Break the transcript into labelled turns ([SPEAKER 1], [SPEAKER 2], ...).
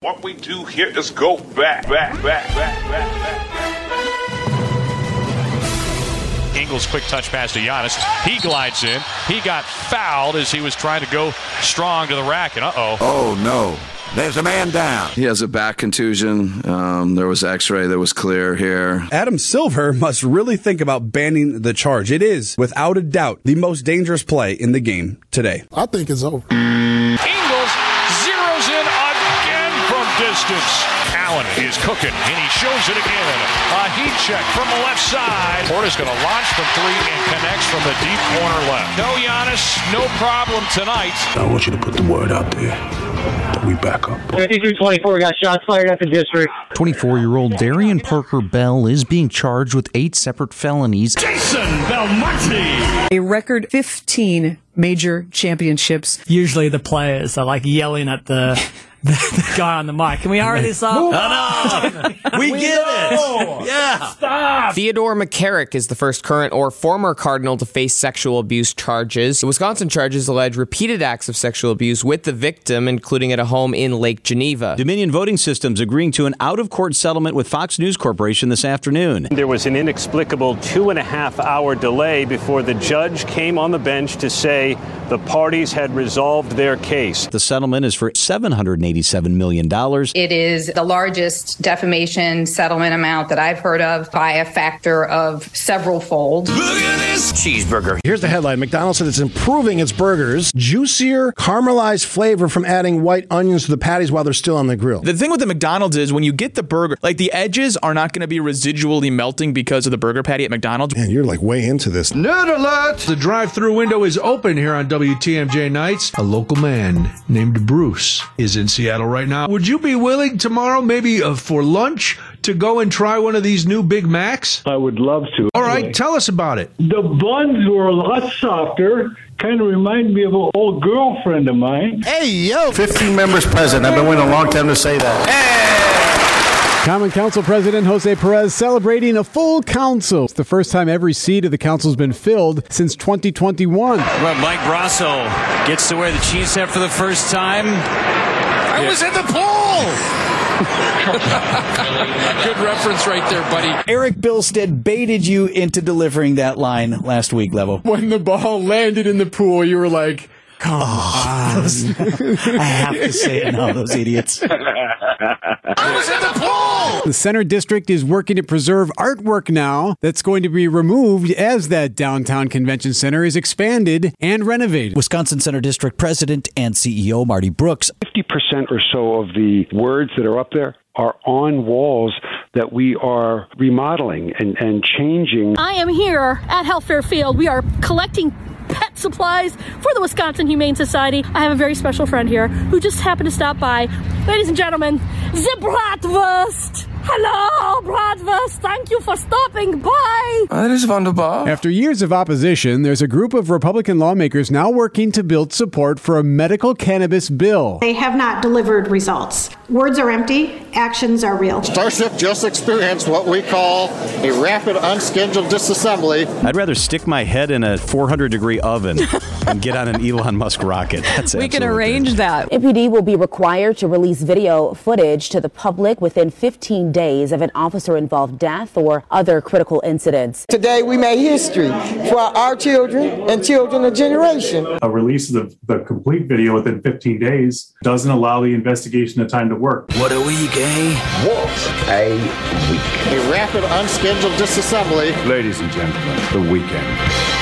[SPEAKER 1] What we do here is go back, back, back, back, back, back.
[SPEAKER 2] Ingles quick touch pass to Giannis. He glides in. He got fouled as he was trying to go strong to the rack. And uh oh.
[SPEAKER 3] Oh no, there's a man down.
[SPEAKER 4] He has a back contusion. Um, there was x ray that was clear here.
[SPEAKER 5] Adam Silver must really think about banning the charge. It is, without a doubt, the most dangerous play in the game today.
[SPEAKER 6] I think it's over.
[SPEAKER 2] Ingles zeroes in again from distance. Allen is cooking, and he shows it again. A heat check from the left side. Porter's going to launch from three and connects from the deep corner left. No Giannis, no problem tonight.
[SPEAKER 7] I want you to put the word out there that we back up.
[SPEAKER 8] 53-24 got shots fired at the district.
[SPEAKER 9] 24 year old Darian Parker Bell is being charged with eight separate felonies.
[SPEAKER 10] a record 15 major championships.
[SPEAKER 11] usually the players are like yelling at the, the, the guy on the mic. Can we hurry this up?
[SPEAKER 9] We get it! Yeah!
[SPEAKER 12] Theodore McCarrick is the first current or former Cardinal to face sexual abuse charges. The Wisconsin charges allege repeated acts of sexual abuse with the victim, including at a home in Lake Geneva.
[SPEAKER 9] Dominion Voting Systems agreeing to an out of court settlement with Fox News Corporation this afternoon.
[SPEAKER 7] There was an inexplicable two and a half hour delay before the judge came on the bench to say the parties had resolved their case.
[SPEAKER 9] The settlement is for $787 million.
[SPEAKER 8] It is the largest defamation settlement amount that I've heard of by a factor of several fold.
[SPEAKER 6] Here's the headline McDonald's said it's improving its burgers. Juicier, caramelized flavor from adding white onions to the patties while they're still on the grill.
[SPEAKER 12] The thing with the McDonald's is when you get the burger, like the edges are not going to be residually melting because of the burger patty at McDonald's.
[SPEAKER 6] Man, you're like way into this.
[SPEAKER 3] Nerd alert!
[SPEAKER 7] The drive through window is open here on WTMJ Nights. A local man named Bruce is in Seattle right now. Would you be willing tomorrow, maybe uh, for lunch, to go and try one of these new Big Macs?
[SPEAKER 8] I would love to.
[SPEAKER 7] All right, tell us about it.
[SPEAKER 8] The buns were a lot softer. Kind of remind me of an old girlfriend of mine.
[SPEAKER 6] Hey, yo!
[SPEAKER 3] 15 members present. I've been waiting a long time to say that.
[SPEAKER 6] Common Council President Jose Perez celebrating a full council. It's the first time every seat of the council's been filled since 2021.
[SPEAKER 9] Mike Brasso gets to wear the cheese set for the first time. I was at the pool! Good reference right there, buddy.
[SPEAKER 8] Eric Bilstead baited you into delivering that line last week, Level.
[SPEAKER 7] When the ball landed in the pool, you were like,
[SPEAKER 8] Come on. Oh, I have to say it now, those idiots.
[SPEAKER 9] I was at the pool!
[SPEAKER 6] The Center District is working to preserve artwork now that's going to be removed as that downtown convention center is expanded and renovated.
[SPEAKER 8] Wisconsin Center District President and CEO Marty Brooks.
[SPEAKER 7] 50% or so of the words that are up there are on walls that we are remodeling and, and changing.
[SPEAKER 10] I am here at Health Fair Field. We are collecting pet supplies for the Wisconsin Humane Society. I have a very special friend here who just happened to stop by. Ladies and gentlemen, the Bratwurst! Hello, Bratwurst! Thank you for stopping by!
[SPEAKER 4] That is wunderbar.
[SPEAKER 6] After years of opposition, there's a group of Republican lawmakers now working to build support for a medical cannabis bill.
[SPEAKER 10] They have not delivered results. Words are empty, actions are real.
[SPEAKER 8] Starship just experienced what we call a rapid unscheduled disassembly.
[SPEAKER 9] I'd rather stick my head in a 400 degree oven and get on an Elon Musk rocket. That's
[SPEAKER 10] We can
[SPEAKER 9] absolutely-
[SPEAKER 10] arrange that.
[SPEAKER 8] APD will be required to release video footage to the public within 15 days of an officer involved death or other critical incidents.
[SPEAKER 7] Today we made history for our children and children of generation.
[SPEAKER 8] A release of the, the complete video within 15 days doesn't allow the investigation the time to work.
[SPEAKER 9] What a week, eh?
[SPEAKER 8] A rapid unscheduled disassembly.
[SPEAKER 3] Ladies and gentlemen, the weekend.